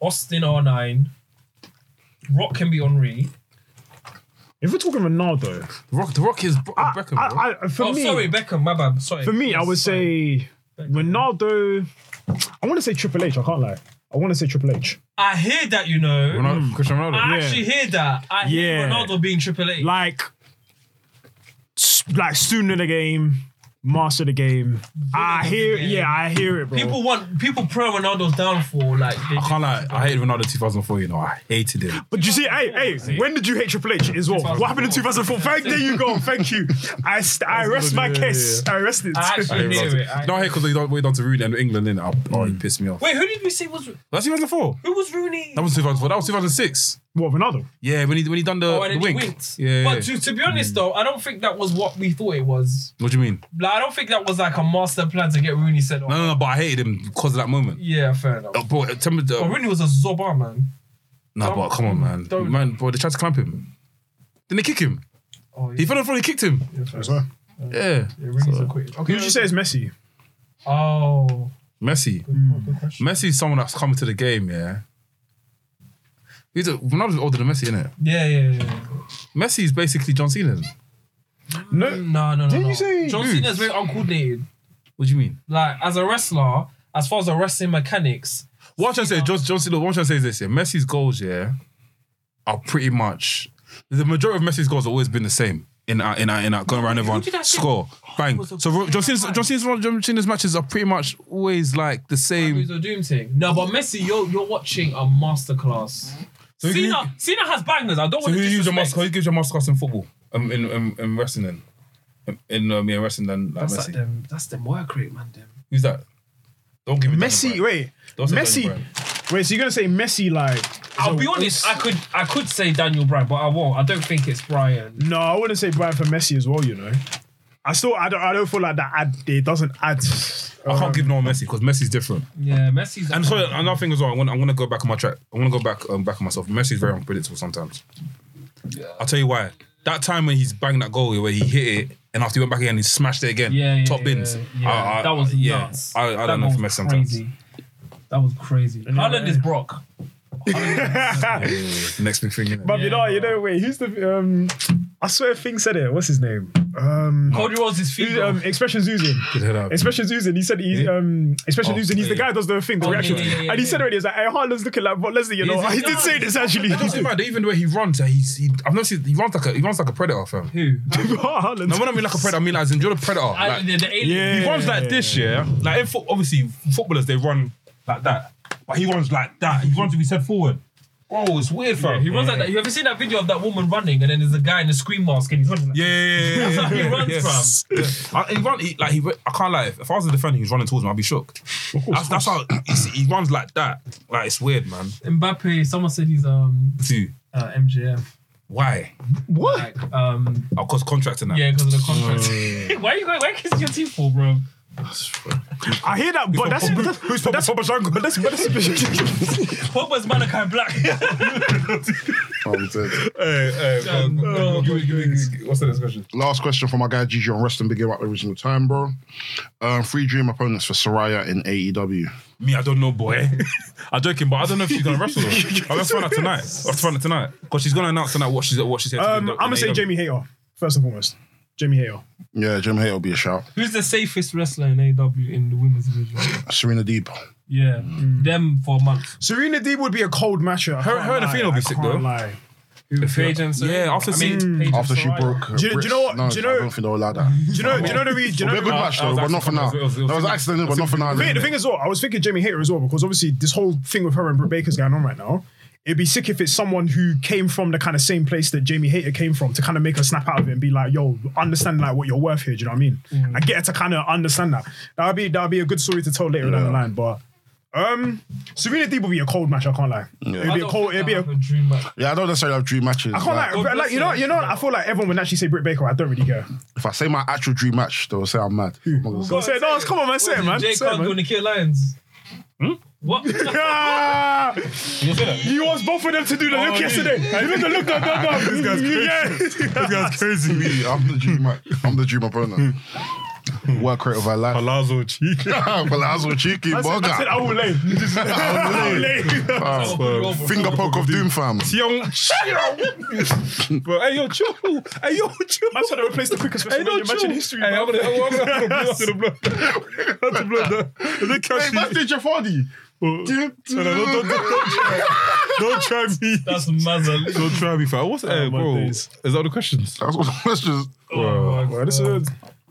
Speaker 2: Austin R9, Rock can be Henri.
Speaker 3: If we're talking Ronaldo,
Speaker 4: Rock. The Rock is Bro-
Speaker 3: I,
Speaker 4: Beckham. bro.
Speaker 3: I, I, for
Speaker 2: oh,
Speaker 3: me,
Speaker 2: sorry, Beckham, my bad. Sorry.
Speaker 3: for me, I would say Ronaldo. I want to say Triple H. I can't lie. I want to say Triple H.
Speaker 2: I hear that, you know.
Speaker 4: Ronaldo, Cristiano Ronaldo.
Speaker 2: I
Speaker 3: yeah.
Speaker 2: actually hear that. I hear
Speaker 3: Yeah.
Speaker 2: Ronaldo being Triple H.
Speaker 3: Like, s- like student of the game, master of the game. I
Speaker 2: of the
Speaker 3: hear,
Speaker 2: game.
Speaker 3: yeah, I hear it, bro.
Speaker 2: people want people pro Ronaldo's downfall. Like they
Speaker 4: I can't lie. I hated Ronaldo 2004. You know, I hated him.
Speaker 3: But you see, hey, hey, when did you hate Triple H as well? What happened in 2004? Thank there you go. Thank you. I, st- I rest my case. I rest it.
Speaker 2: I
Speaker 4: I
Speaker 2: actually
Speaker 4: hated
Speaker 2: knew
Speaker 4: Ronaldo.
Speaker 2: it. I-
Speaker 4: No, I hate because they don't wait on to Rooney and England. In oh, oh, he pissed me off.
Speaker 2: Wait, who did we say was who
Speaker 4: That's 2004.
Speaker 2: was Rooney?
Speaker 4: That was 2004. That was 2006.
Speaker 3: what, Ronaldo?
Speaker 4: Yeah, when he when he done the,
Speaker 2: Oh,
Speaker 4: the
Speaker 2: and then he
Speaker 4: wink.
Speaker 2: winked.
Speaker 4: Yeah. Mm.
Speaker 2: But to, to be honest though, I don't think that was what we thought it was.
Speaker 4: what do you mean?
Speaker 2: Like, I don't think that was like a master plan to get Rooney sent off.
Speaker 4: No, no, no. But I hated him because of that moment.
Speaker 2: Yeah, fair enough.
Speaker 4: Oh, boy, tell me the,
Speaker 2: But Rooney was a zoba man.
Speaker 4: Nah, but come on, man.
Speaker 2: Don't-
Speaker 4: Man, boy, they tried to clamp him. Then they kick him.
Speaker 2: Oh, yeah.
Speaker 4: He fell in front. He kicked him.
Speaker 2: yeah, fair enough.
Speaker 3: well.
Speaker 4: Yeah.
Speaker 2: Yeah, Rooney's a quick. Okay.
Speaker 3: Who would you say is Messi?
Speaker 2: Oh,
Speaker 4: Messi.
Speaker 2: good question.
Speaker 4: Messi's someone that's coming to the game. Yeah. He's a, Ronaldo's older than Messi, isn't it?
Speaker 2: Yeah, yeah, yeah. yeah.
Speaker 4: Messi is basically John Cena.
Speaker 3: No.
Speaker 2: No, no, no.
Speaker 3: Didn't
Speaker 2: no.
Speaker 3: you say-
Speaker 2: John
Speaker 4: Who?
Speaker 2: Cena's very uncoordinated?
Speaker 4: What do you mean?
Speaker 2: Like as a wrestler, as far as the wrestling mechanics,
Speaker 4: What I'm trying to say, John, John Cena, what I'm trying to say is this: yeah, Messi's goals, yeah, are pretty much the majority of Messi's goals have always been the same. In out, in out, in out, going around everyone,
Speaker 2: did I say-
Speaker 4: score, bang.
Speaker 2: was a-
Speaker 4: So Ro- John Cena's, John Cena's John Cena's matches are pretty much always like the
Speaker 2: who's
Speaker 4: same.
Speaker 2: the Doom team? No, but Messi, you're you're watching a masterclass.
Speaker 4: So who-
Speaker 2: Cena, Cena has bangers. I don't
Speaker 4: So
Speaker 2: want
Speaker 4: who
Speaker 2: to
Speaker 4: gives your
Speaker 2: disrespect.
Speaker 4: master? Who gives your masterclass in football? Um, in, in, in wrestling, then. Um, in um, yeah, wrestling, then like
Speaker 2: That's
Speaker 4: Messi.
Speaker 2: like them. That's them work rate, man. Them.
Speaker 4: Who's that? Don't give me Daniel
Speaker 3: Messi,
Speaker 4: Bryan.
Speaker 3: wait.
Speaker 4: Don't say
Speaker 3: Messi.
Speaker 4: Daniel Bryan.
Speaker 3: Wait, so you're going to say Messi, like.
Speaker 2: I'll
Speaker 3: so-
Speaker 2: be honest. I could I could say Daniel Bryan, but I won't. I don't think it's Bryan.
Speaker 3: No, I wouldn't say Brian for Messi as well, you know. I still, I don't, I don't feel like that ad, it doesn't add.
Speaker 4: I can't give no Messi because Messi's different.
Speaker 2: Yeah, Messi's.
Speaker 4: And sorry, another thing as well. I want, I want to go back on my track. I want to go back, um, back on myself. Messi's very unpredictable sometimes. I'll tell you why. That time when he's banged that goal where he hit it, and after he went back again, he smashed it again.
Speaker 2: yeah, yeah,
Speaker 4: top
Speaker 2: yeah,
Speaker 4: bins.
Speaker 2: Yeah,
Speaker 4: I- I-
Speaker 2: that was
Speaker 4: yeah.
Speaker 2: nuts.
Speaker 4: I, I
Speaker 2: That
Speaker 4: don't know if
Speaker 2: was
Speaker 4: Messi sometimes.
Speaker 2: crazy. That was crazy. Haaland is Brock.
Speaker 4: Next big thing. innit?
Speaker 3: But you know, you know, wait, who's the um? I swear, Thing said it. What's his name? Um,
Speaker 2: Cody
Speaker 4: Uh,
Speaker 2: Rhodes is feet.
Speaker 3: who- um Expressions using.
Speaker 4: Good head up.
Speaker 3: Expressions using. He said he's um. Expressions
Speaker 4: Oh,
Speaker 3: using. He's the
Speaker 4: yeah.
Speaker 3: guy who does the thing, the
Speaker 2: Oh, yeah,
Speaker 3: reaction,
Speaker 2: yeah, yeah,
Speaker 3: and
Speaker 2: yeah.
Speaker 3: he said already, he's like, "Hey, Harlan's looking like Bob Leslie," you know.
Speaker 4: He's-
Speaker 3: He did say this actually.
Speaker 4: It doesn't matter. Even the way he runs, he's, he, I've never seen. He runs like a he runs like a predator, fam.
Speaker 2: Who?
Speaker 3: Haaland.
Speaker 4: No, when I mean like a predator, I mean as in you're the predator.
Speaker 2: I,
Speaker 4: Like,
Speaker 2: the, the alien.
Speaker 3: Yeah.
Speaker 4: He runs like this, yeah. Like in fo- obviously footballers they run like that, but he runs like that. He runs with his head forward. Bro, it's weird, fam.
Speaker 2: He runs like that. You ever seen that video of that woman running and then there's a guy in a screen mask and he's running like
Speaker 4: Yeah, yeah, yeah, yeah,
Speaker 2: That's
Speaker 4: yeah.
Speaker 2: where he runs
Speaker 4: from. I, he run, he, like he, re- I can't lie. If I was a defender, he was running towards me. I'd be shook. That's, that's how he's- he runs like that. Like it's weird, man.
Speaker 2: Mbappe, someone said he's um
Speaker 4: Dude,
Speaker 2: uh, MJF.
Speaker 4: why?
Speaker 3: What?
Speaker 2: Like, um,
Speaker 4: Of course, contracting that.
Speaker 2: yeah, because of the
Speaker 3: Oh,
Speaker 2: contract. Why are you going? Why kissing your teeth for, bro?
Speaker 3: I hear that, but that's
Speaker 4: Who's-
Speaker 3: that's
Speaker 4: who's Papa Shango?
Speaker 3: that's, but that's
Speaker 2: Pogba's Malachi Black.
Speaker 1: it. I'm dead.
Speaker 4: Hey, hey, go-
Speaker 2: Um,
Speaker 4: go-
Speaker 3: Oh,
Speaker 2: no,
Speaker 4: give me- give me- give me- What's the next question?
Speaker 1: Last question from my guy Gigi on Reston. Big game up every single time, bro. Um, three dream opponents for Soraya in E AEW.
Speaker 4: Me, I don't know, boy. I'm joking, but I don't know if she's gonna wrestle. I'm gonna find out tonight. I'll find out tonight because she's gonna announce tonight what she's what she's here to
Speaker 3: um.
Speaker 4: do.
Speaker 3: I'm gonna say
Speaker 4: In
Speaker 3: Jamie Hater first and foremost. Jamie Hater.
Speaker 1: Yeah, Jim Hayter will be a shout.
Speaker 2: Who's the safest wrestler in AW in the women's division?
Speaker 1: Serena Deep.
Speaker 3: Mm.
Speaker 2: Yeah, them for a month.
Speaker 3: Serena D would be a cold matchup.
Speaker 4: Her- her and Athena will be sick, though.
Speaker 3: Lie.
Speaker 2: Who, Paige so
Speaker 7: Yeah, after seeing-
Speaker 1: After she broke her
Speaker 3: Do you- do you
Speaker 1: wrist.
Speaker 3: know what-
Speaker 1: No,
Speaker 3: do you
Speaker 1: I
Speaker 3: know-
Speaker 1: don't think they'll allow that.
Speaker 3: Do you know? Do you know the reason? Do
Speaker 1: It'll
Speaker 3: you know
Speaker 1: be a good
Speaker 3: the-
Speaker 1: match though,
Speaker 7: was
Speaker 1: but
Speaker 7: actually
Speaker 1: not for
Speaker 7: coming-
Speaker 1: now.
Speaker 7: it was- it was-
Speaker 1: That was accidental, but not for now.
Speaker 3: Thing- the thing is, well, I was thinking Jamie Hayter as well because obviously this whole thing with her and Britt Baker's going on right now. It'd be sick if it's someone who came from the kind of same place that Jamie Hayter came from to kind of make her snap out of it and be like, "Yo, understand like what you're worth here." Do you know what I mean? I get her to kind of understand that. That'd be that'd be a good story to tell later down the line. But um, Serena Deeb would be a cold match. I can't lie. It'd be a cold. It'd be a.
Speaker 2: dream match.
Speaker 1: Yeah, I don't necessarily have dream matches.
Speaker 3: I can't
Speaker 1: like,
Speaker 3: lie. Like you know, you know. I feel like everyone would actually say Britt Baker. I don't really care.
Speaker 1: If I say my actual dream match, they'll say I'm mad. I'm not gonna say
Speaker 3: Don't say it. No, come on, man. Say it, man.
Speaker 2: Jay
Speaker 3: Say it,
Speaker 2: Cargo and
Speaker 3: man. Hmm?
Speaker 2: Nikhil Lyons. What?
Speaker 3: Ah!
Speaker 4: You say that?
Speaker 3: You asked both of them to do the look yesterday. You know the look that done up. This guy's crazy. Yeah.
Speaker 1: That's crazy. Me, I'm the dream. ma- I'm the dream opponent. Work rate of our life.
Speaker 4: Palazzo cheek.
Speaker 1: Palazzo cheeky
Speaker 3: I said, I said, I
Speaker 1: bugger.
Speaker 3: will lay. I will lay.
Speaker 1: Uh, Finger poke of doom, fam.
Speaker 4: Bro, hey yo, chill. Hey yo, chill.
Speaker 3: I said, I replaced the quickest
Speaker 4: Hey, no,
Speaker 3: WrestleMania match in history.
Speaker 4: Hey,
Speaker 3: man.
Speaker 4: I'm gonna, I'm gonna, I'm gonna blow to the blood. I'm gonna blow that. Is it
Speaker 1: Hey,
Speaker 4: catchy?
Speaker 1: that's the Jafadi.
Speaker 4: oh. No, no, don't, don't, don't, try. don't try me.
Speaker 2: That's Mazel.
Speaker 4: Don't try me, fam. What's hey,
Speaker 3: Oh, my
Speaker 4: bro?
Speaker 3: days.
Speaker 4: Is that all the questions?
Speaker 1: That's what that's just.
Speaker 3: Well, this is-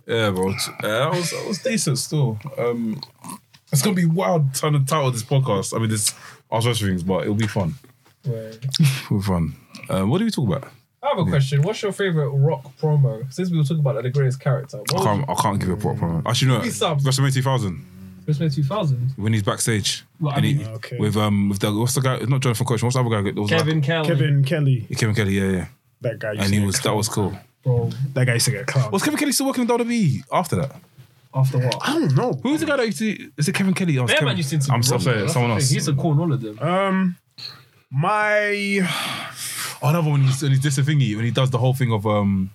Speaker 4: Yeah, bro. Uh, that was that was decent still. Um, it's gonna be wild trying to title this podcast. I mean, this our social things, but it'll be fun. It'll be fun. Uh, what do we talk about?
Speaker 2: I have a question. What's your favorite rock promo? Since we were talking about like, the greatest character, what
Speaker 4: I
Speaker 2: was
Speaker 4: can't. I can't give a proper. Actually, no.
Speaker 2: Give me some.
Speaker 4: WrestleMania 2000
Speaker 2: Christmas 2000?
Speaker 4: when he's backstage.
Speaker 2: Well, I
Speaker 4: and he,
Speaker 3: mean- Okay.
Speaker 4: With um, with the what's the guy? It's not Jonathan Coach. What's the other guy? That was like-
Speaker 2: Kevin Kelly.
Speaker 3: Kevin Kelly,
Speaker 4: Kevin Kelly. Yeah, yeah.
Speaker 3: that guy. Used
Speaker 4: And
Speaker 3: to
Speaker 4: he
Speaker 3: get
Speaker 4: was that
Speaker 3: clowned.
Speaker 4: was cool.
Speaker 2: Bro,
Speaker 3: That guy used to get clowned.
Speaker 4: Was Kevin Kelly still working in WWE E after that?
Speaker 2: after what?
Speaker 3: I don't know.
Speaker 4: Who was the guy that used to? Is it Kevin Kelly? Oh, it's
Speaker 2: Bearman
Speaker 4: Kevin-
Speaker 2: used to
Speaker 4: I'm
Speaker 2: be
Speaker 4: so
Speaker 2: rough,
Speaker 4: sorry.
Speaker 2: that's
Speaker 4: Someone
Speaker 2: the
Speaker 4: else.
Speaker 2: thing. He used to corn all of them.
Speaker 3: Um, my
Speaker 4: Another one. He's, when he does the thingy. When he does the whole thing of um.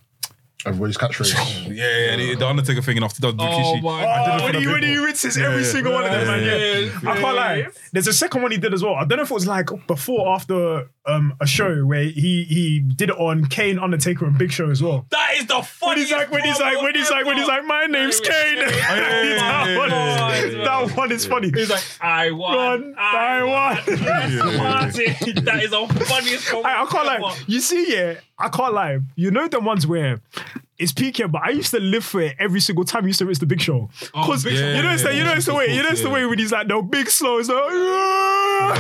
Speaker 1: Everybody's catchphrase.
Speaker 4: Yeah, yeah, yeah, the, the Undertaker thing and after does
Speaker 2: Oh
Speaker 4: Rikishi.
Speaker 2: my
Speaker 4: I did it
Speaker 3: oh,
Speaker 4: for
Speaker 3: when
Speaker 4: the
Speaker 3: he, when
Speaker 4: people.
Speaker 3: he rinses
Speaker 4: Yeah,
Speaker 3: every
Speaker 4: yeah.
Speaker 3: single one of them, man.
Speaker 4: Yeah,
Speaker 3: Yeah. I can't lie. There's a second one he did as well. I don't know if it was like before or after um, a show where he he did it on Kane, Undertaker, and Big Show as well.
Speaker 2: That is the
Speaker 3: When
Speaker 2: funniest
Speaker 3: he's like, when he's like, when he's like, when he's like, my name's Kane.
Speaker 4: yeah,
Speaker 3: that,
Speaker 4: yeah,
Speaker 3: one
Speaker 2: yeah,
Speaker 3: is,
Speaker 2: yeah.
Speaker 3: that one is funny.
Speaker 2: He's like, I
Speaker 3: Run,
Speaker 2: won.
Speaker 3: I won.
Speaker 2: Martin, that is the funniest promo.
Speaker 3: I, I can't
Speaker 2: ever.
Speaker 3: lie. You see, yeah, I can't lie. You know the ones where it's peak here, but I used to live for it every single time. I used to it's the big show because
Speaker 2: Big Show.
Speaker 3: you know it's the you know it's the way you know it's the way when he's like no big slow. It's like, Bro,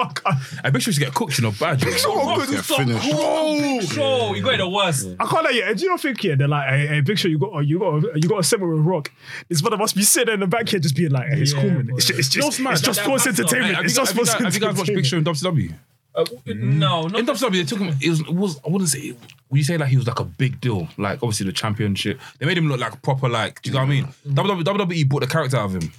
Speaker 3: I can't-
Speaker 4: I bet she used to get cooked, you know, bad. you know.
Speaker 3: Oh,
Speaker 2: Rock
Speaker 3: good.
Speaker 2: is so
Speaker 1: finished.
Speaker 2: cool. Sure, you got it the worst.
Speaker 3: I can't lie. Yeah, do you not think here? They're like, hey, hey, big show. You got you got you got a segment with Rock. This brother must be sitting in the back here, just being like, hey, it's cool, man. It's just it's
Speaker 4: No,
Speaker 3: just,
Speaker 4: man.
Speaker 3: it's just
Speaker 2: That-
Speaker 3: sports
Speaker 2: that's not-
Speaker 3: entertainment.
Speaker 4: Have you,
Speaker 3: it's
Speaker 4: guys,
Speaker 3: just
Speaker 4: have, you
Speaker 3: sports
Speaker 4: guys, have you guys watched Big
Speaker 3: entertainment.
Speaker 4: Show in WCW?
Speaker 2: Uh, no, not
Speaker 4: In WCW, it took him. It was, it was I wouldn't say. Would you say like he was like a big deal? Like obviously the championship. They made him look like proper. Like do you know what I mean? WWE, WWE bought the character out of him.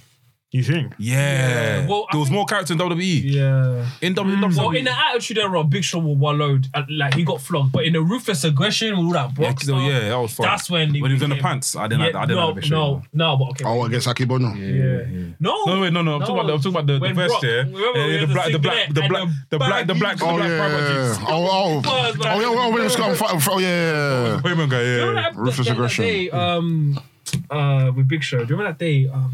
Speaker 3: You think?
Speaker 4: Yeah.
Speaker 2: Well, I
Speaker 4: there was
Speaker 2: think-
Speaker 4: more character in WWE.
Speaker 2: Yeah.
Speaker 4: Mm-hmm. In W- E. WWE.
Speaker 2: Well, in the attitude era, Big Show will wallowed. uh, Like, he got flogged. But in the ruthless aggression, all that
Speaker 4: yeah,
Speaker 2: Brock
Speaker 4: so,
Speaker 2: stuff,
Speaker 4: yeah, that was fun.
Speaker 2: That's when he
Speaker 4: when he was in the
Speaker 2: became-
Speaker 4: pants. I didn't. like that. I didn't
Speaker 2: no,
Speaker 4: like that.
Speaker 2: no, no, but okay.
Speaker 1: Oh, against Aki Bono. Yeah.
Speaker 2: No,
Speaker 4: No, wait, no, no. I'm talking about the, I'm talking about the, the
Speaker 2: When
Speaker 4: first
Speaker 2: Brock-
Speaker 4: year.
Speaker 2: remember
Speaker 4: Yeah,
Speaker 2: we
Speaker 4: yeah,
Speaker 2: had
Speaker 4: the
Speaker 2: the
Speaker 4: black, the black,
Speaker 2: cigarette
Speaker 4: the
Speaker 2: and
Speaker 4: black, the
Speaker 2: the
Speaker 4: black, the
Speaker 2: baggy-
Speaker 4: black, the
Speaker 1: Oh
Speaker 4: black
Speaker 1: yeah.
Speaker 4: private
Speaker 1: Oh oh.
Speaker 2: Buzz,
Speaker 1: Oh yeah. Oh, when it's got fight. Oh yeah.
Speaker 4: jeans. Women guy,
Speaker 2: Do you
Speaker 4: yeah.
Speaker 2: remember that,
Speaker 1: Ruthless
Speaker 2: that- that
Speaker 1: aggression.
Speaker 2: day um, uh, with Big Show? Do you remember that day um,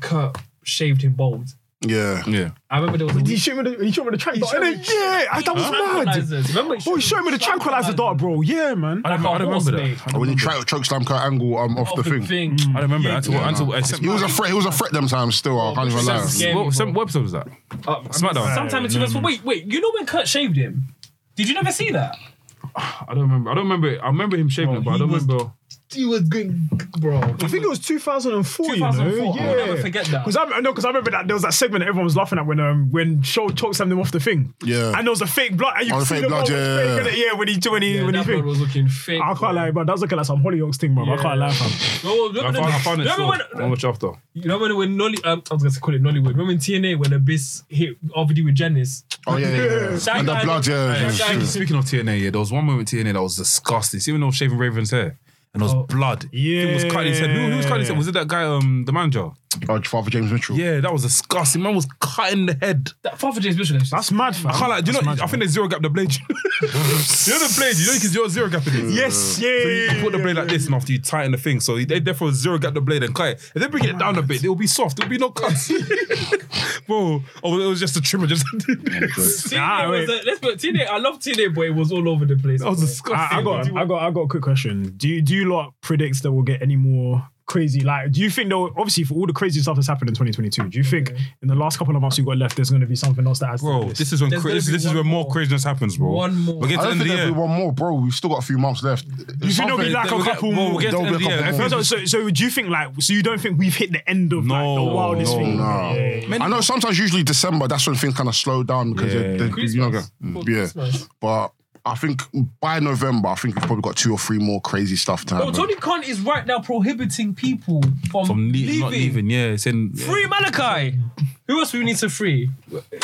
Speaker 2: Kurt shaved him bald?
Speaker 1: Yeah.
Speaker 4: Oh, Yeah.
Speaker 2: I remember there was a
Speaker 3: He showed me the he showed me the track. Yeah, I- that was mad.
Speaker 2: Tranquilizers. Remember
Speaker 3: Oh, he showed me the tranquilizer dart, bro. Yeah, man.
Speaker 4: I don't, I don't remember that. I don't
Speaker 1: When you
Speaker 4: remember.
Speaker 1: try to choke slam Kurt Angle um, off the thing.
Speaker 2: thing.
Speaker 4: I don't remember that until, until except,
Speaker 1: He was a threat. He was a threat them times. Still, I can't even
Speaker 2: Sense-
Speaker 1: lie.
Speaker 2: yeah.
Speaker 4: what, some- what episode was that? SmackDown.
Speaker 2: Sometime in 2004. Wait, wait. You know when Kurt shaved him? Did you never see that?
Speaker 4: I don't remember. I don't remember. It. I remember him shaving it, but I don't remember.
Speaker 2: He was going, bro.
Speaker 3: I think it was 2004.
Speaker 2: 2004.
Speaker 3: You know?
Speaker 2: I'll never forget that.
Speaker 3: Because I no, 'cause I remember that there was that segment that everyone was laughing at when um when Show choked something off the thing.
Speaker 1: Yeah.
Speaker 3: And there was a fake blood. And you
Speaker 1: Oh,
Speaker 3: could
Speaker 1: the
Speaker 3: see
Speaker 1: fake
Speaker 3: the
Speaker 1: blood,
Speaker 3: blood.
Speaker 1: yeah, yeah,
Speaker 3: Fake, yeah. When he when he
Speaker 2: Yeah,
Speaker 3: when he
Speaker 2: that
Speaker 3: fake.
Speaker 2: one was looking fake.
Speaker 3: I
Speaker 2: bro.
Speaker 3: can't lie, but that was looking like some Hollyoaks thing, bro. I can't lie, fam.
Speaker 2: Bro, remember
Speaker 4: I
Speaker 2: the-
Speaker 4: found, I found it.
Speaker 2: remember
Speaker 4: Still,
Speaker 2: when-
Speaker 4: How much after?
Speaker 2: You know when when Nolly, um, I was going to call it Nollywood. Remember in TNA when Abyss hit RVD with Janice?
Speaker 1: Oh yeah. yeah, yeah. And the blood. Yeah.
Speaker 2: Shaggy-
Speaker 1: yeah.
Speaker 4: Speaking of TNA, yeah, there was one moment TNA that was disgusting. See when they were shaving Raven's hair and there was
Speaker 2: Oh.
Speaker 4: blood. Thing was cutting his head. Who, who was cutting his head? Was it that guy, um, the manager?
Speaker 1: uh, Father James Mitchell.
Speaker 4: Yeah, that was disgusting. Man was cutting the head.
Speaker 2: That Father James Mitchell. is-
Speaker 3: That's mad, fam.
Speaker 4: I can't like, do you
Speaker 3: That's
Speaker 4: know?
Speaker 3: mad,
Speaker 4: I
Speaker 3: fam.
Speaker 4: think they zero gap the blade. you know the blade. You know you can zero zero gap it.
Speaker 3: Yes, yeah.
Speaker 4: So you put the blade like this, and after you tighten the thing, so they therefore zero gap the blade and cut it. If they bring it down a bit, it'll be soft. There'll be no cuts, bro. Oh, it was just a trimmer. Just that
Speaker 2: Tine
Speaker 3: Nah,
Speaker 2: was
Speaker 3: wait.
Speaker 2: a, let's put Tine. I love Tine, but it was all over the place.
Speaker 4: was
Speaker 2: bro.
Speaker 4: disgusting.
Speaker 3: I, I got, I got, I got a quick question. Do you, do you lot predicts that we'll get any more crazy? Like, do you think though? Obviously, for all the crazy stuff that's happened in 2022, do you think in the last couple of months we got left, there's going to be something else that adds? to
Speaker 4: bro.
Speaker 3: this?
Speaker 4: This is when
Speaker 2: There's
Speaker 4: cra-
Speaker 2: gonna
Speaker 4: this,
Speaker 2: be
Speaker 4: this is
Speaker 2: one
Speaker 4: when more
Speaker 2: more.
Speaker 4: craziness happens, bro.
Speaker 2: One more.
Speaker 4: We're
Speaker 1: I
Speaker 4: getting
Speaker 1: don't
Speaker 4: to
Speaker 1: think
Speaker 4: the
Speaker 1: there'll
Speaker 4: end of
Speaker 1: be
Speaker 4: the year.
Speaker 1: one more, bro. We've still got a few months left.
Speaker 3: You think there'll be like a
Speaker 4: We'll get-
Speaker 3: couple
Speaker 4: we'll
Speaker 3: more?
Speaker 4: get to
Speaker 1: There'll
Speaker 4: the end of
Speaker 1: be
Speaker 4: the
Speaker 1: a
Speaker 4: year.
Speaker 1: couple
Speaker 4: I
Speaker 1: more.
Speaker 4: feel
Speaker 3: No,
Speaker 4: like-
Speaker 3: so, so do you think like so you don't think we've hit the end of like, the
Speaker 4: No,
Speaker 3: wildest
Speaker 4: no,
Speaker 3: thing?
Speaker 1: no.
Speaker 3: Yeah, yeah, yeah.
Speaker 1: I know sometimes usually December that's when things kind of slow down because
Speaker 4: Yeah.
Speaker 1: they- they- you know,
Speaker 2: Christmas.
Speaker 1: go-
Speaker 2: For
Speaker 1: yeah.
Speaker 2: Christmas.
Speaker 1: But I think by November, I think we've probably got two or three more crazy stuff to
Speaker 2: Bro,
Speaker 1: happen.
Speaker 2: Tony Khan is right now prohibiting people from,
Speaker 4: From le-
Speaker 2: leaving.
Speaker 4: not leaving, yeah. It's in
Speaker 2: Free Malachi. Who else we need to free?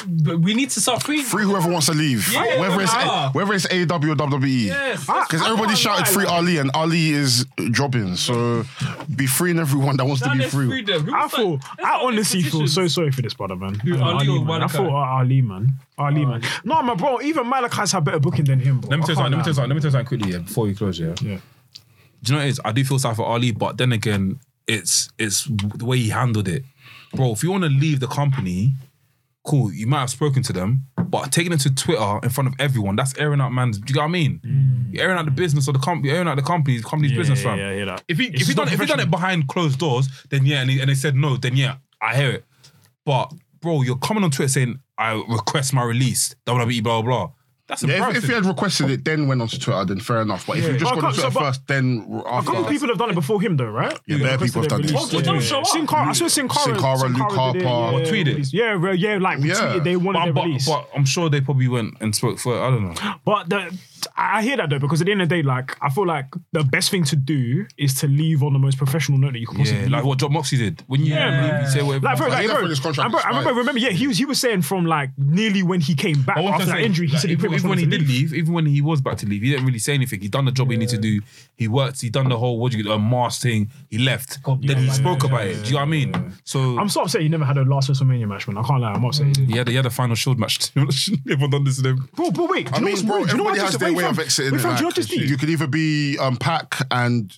Speaker 2: But we need to start freeing.
Speaker 1: Free whoever wants to leave,
Speaker 2: Yeah,
Speaker 1: whether it's
Speaker 2: nah.
Speaker 1: whether it's AEW or WWE,
Speaker 2: Yes,
Speaker 3: Ah,
Speaker 1: because
Speaker 2: that's-
Speaker 1: everybody
Speaker 3: that's
Speaker 1: shouted
Speaker 3: why I
Speaker 1: free
Speaker 3: like-
Speaker 1: Ali and Ali is dropping. So be freeing everyone that wants to
Speaker 2: Now
Speaker 1: be
Speaker 2: let's
Speaker 1: free.
Speaker 2: free them. Who
Speaker 3: I
Speaker 2: was that-
Speaker 3: feel,
Speaker 2: let's
Speaker 3: I
Speaker 2: start
Speaker 3: honestly feel
Speaker 2: petitions.
Speaker 3: so sorry for this brother, man.
Speaker 2: Who, Ali
Speaker 3: Ali, Oh.
Speaker 2: or
Speaker 3: man. I
Speaker 2: Malachi?
Speaker 3: thought uh, Ali, man. Ali, man. No, my bro, even Malachi's had better booking than him, bro.
Speaker 4: Let me
Speaker 3: I
Speaker 4: tell you something. Let me tell you
Speaker 3: can't lie.
Speaker 4: something. Let me tell you something quickly yeah, before we close. Yeah.
Speaker 3: Yeah.
Speaker 4: Do you know what it is? I do feel sorry for Ali, but then again, it's it's the way he handled it, bro. If you want to leave the company, cool. You might have spoken to them, but taking it to Twitter in front of everyone, that's airing out man's. Do you know what I mean? You're airing out the business of the company. You're airing out the company's company's business,
Speaker 3: Mm. yeah,
Speaker 4: fam.
Speaker 3: yeah, I hear that.
Speaker 4: If he
Speaker 3: It's
Speaker 4: if he
Speaker 3: just not
Speaker 4: done it, if he done it behind closed doors, then yeah, and, he, and they said no, then yeah, I hear it. But bro, you're coming on Twitter saying I request my release. WWE blah blah blah. That's
Speaker 1: Yeah,
Speaker 4: embarrassing.
Speaker 1: if, if you had requested it, then went onto Twitter, then fair enough. But if you just
Speaker 3: But I
Speaker 1: got on
Speaker 3: can't-
Speaker 1: Twitter
Speaker 3: so, but-
Speaker 1: first, then
Speaker 3: A couple
Speaker 1: after.
Speaker 3: people have done it before him, though, right?
Speaker 1: Yeah, bare people have done it.
Speaker 2: Well, don't show up.
Speaker 3: Sin Cara, I saw Sin Cara.
Speaker 1: Sin Cara, Luke Harper. What,
Speaker 4: tweeted?
Speaker 3: released. Yeah, re- yeah, like
Speaker 1: Yeah.
Speaker 3: tweeted they wanted
Speaker 4: but,
Speaker 3: their
Speaker 4: but,
Speaker 3: release. But,
Speaker 4: but I'm sure they probably went and spoke for it. I don't know.
Speaker 3: the, I I hear that though, because at the end of the day, like I feel like the best thing to do is to leave on the most professional note that you can possibly.
Speaker 4: Yeah, like what John Moxie did. When you,
Speaker 3: Yeah,
Speaker 4: leave,
Speaker 3: man.
Speaker 4: you say whatever.
Speaker 3: Like, bro,
Speaker 1: Like,
Speaker 3: like,
Speaker 1: even
Speaker 3: bro,
Speaker 1: when his contract
Speaker 3: I remember, I remember,
Speaker 1: expires.
Speaker 3: remember, yeah, he was he was saying from like nearly when he came back
Speaker 4: But what I'm
Speaker 3: after
Speaker 4: saying,
Speaker 3: that injury, he
Speaker 4: like,
Speaker 3: said he
Speaker 4: even,
Speaker 3: pretty much
Speaker 4: even when he
Speaker 3: wanted to
Speaker 4: did
Speaker 3: leave.
Speaker 4: leave, even when he was back to leave, he didn't really say anything. He done the job he needed to do. He worked. He done the whole what do you get a mask thing. He left.
Speaker 2: God,
Speaker 4: then
Speaker 2: yeah,
Speaker 4: he
Speaker 2: man,
Speaker 4: spoke about it. Do you know what I mean? So
Speaker 3: I'm so upset he never had a last WrestleMania match, man. I can't lie, I'm upset. he didn't.
Speaker 4: he had, he had a final shield match. Everyone done this to them.
Speaker 3: Bro, but wait, do
Speaker 1: I
Speaker 3: you know
Speaker 1: mean,
Speaker 3: what's
Speaker 1: bro,
Speaker 3: weird? Do you
Speaker 1: everybody
Speaker 3: know what I
Speaker 1: has
Speaker 3: just-
Speaker 1: their
Speaker 3: wait,
Speaker 1: way
Speaker 3: fam,
Speaker 1: of exiting.
Speaker 3: wait,
Speaker 1: it,
Speaker 3: fam, do you know
Speaker 1: like,
Speaker 3: what I just did?
Speaker 1: you could either be um, pack and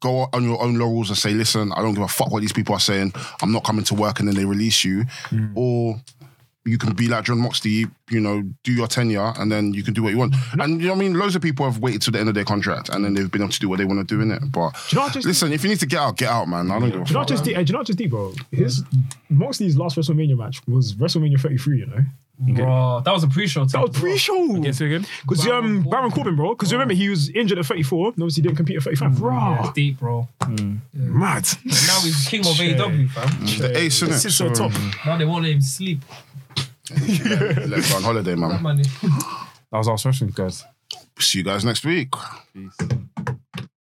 Speaker 1: go on your own laurels and say, "Listen, I don't give a fuck what these people are saying. I'm not coming to work," and then they release you, or you can be like John Moxley, you know, do your tenure, and then you can do what you want. And you know, what I mean, loads of people have waited till the end of their contract, and then they've been able to do what they want to do in it. But
Speaker 3: you know what I just-
Speaker 1: listen, if you need to get out, get out, man. I don't give a
Speaker 3: Do you know
Speaker 1: fuck.
Speaker 3: what just
Speaker 1: man.
Speaker 3: did? eh, Do you know what just did, bro? His Moxley's last WrestleMania match was WrestleMania 33. You know
Speaker 2: Bro, that was a pre-show.
Speaker 3: that was pre-show.
Speaker 4: again.
Speaker 3: Because um, Baron Corbin, bro. Because remember he was injured at 34. and Obviously didn't compete at 35. Bro,
Speaker 2: That's deep, bro.
Speaker 3: mad.
Speaker 2: Now he's king of AEW, fam.
Speaker 1: The ace in
Speaker 3: Sits
Speaker 1: it.
Speaker 3: at the top.
Speaker 2: Now they won't let him sleep.
Speaker 1: Let's go on holiday, man.
Speaker 2: Man,
Speaker 4: That was our question, guys.
Speaker 1: See you guys next week.
Speaker 4: Peace.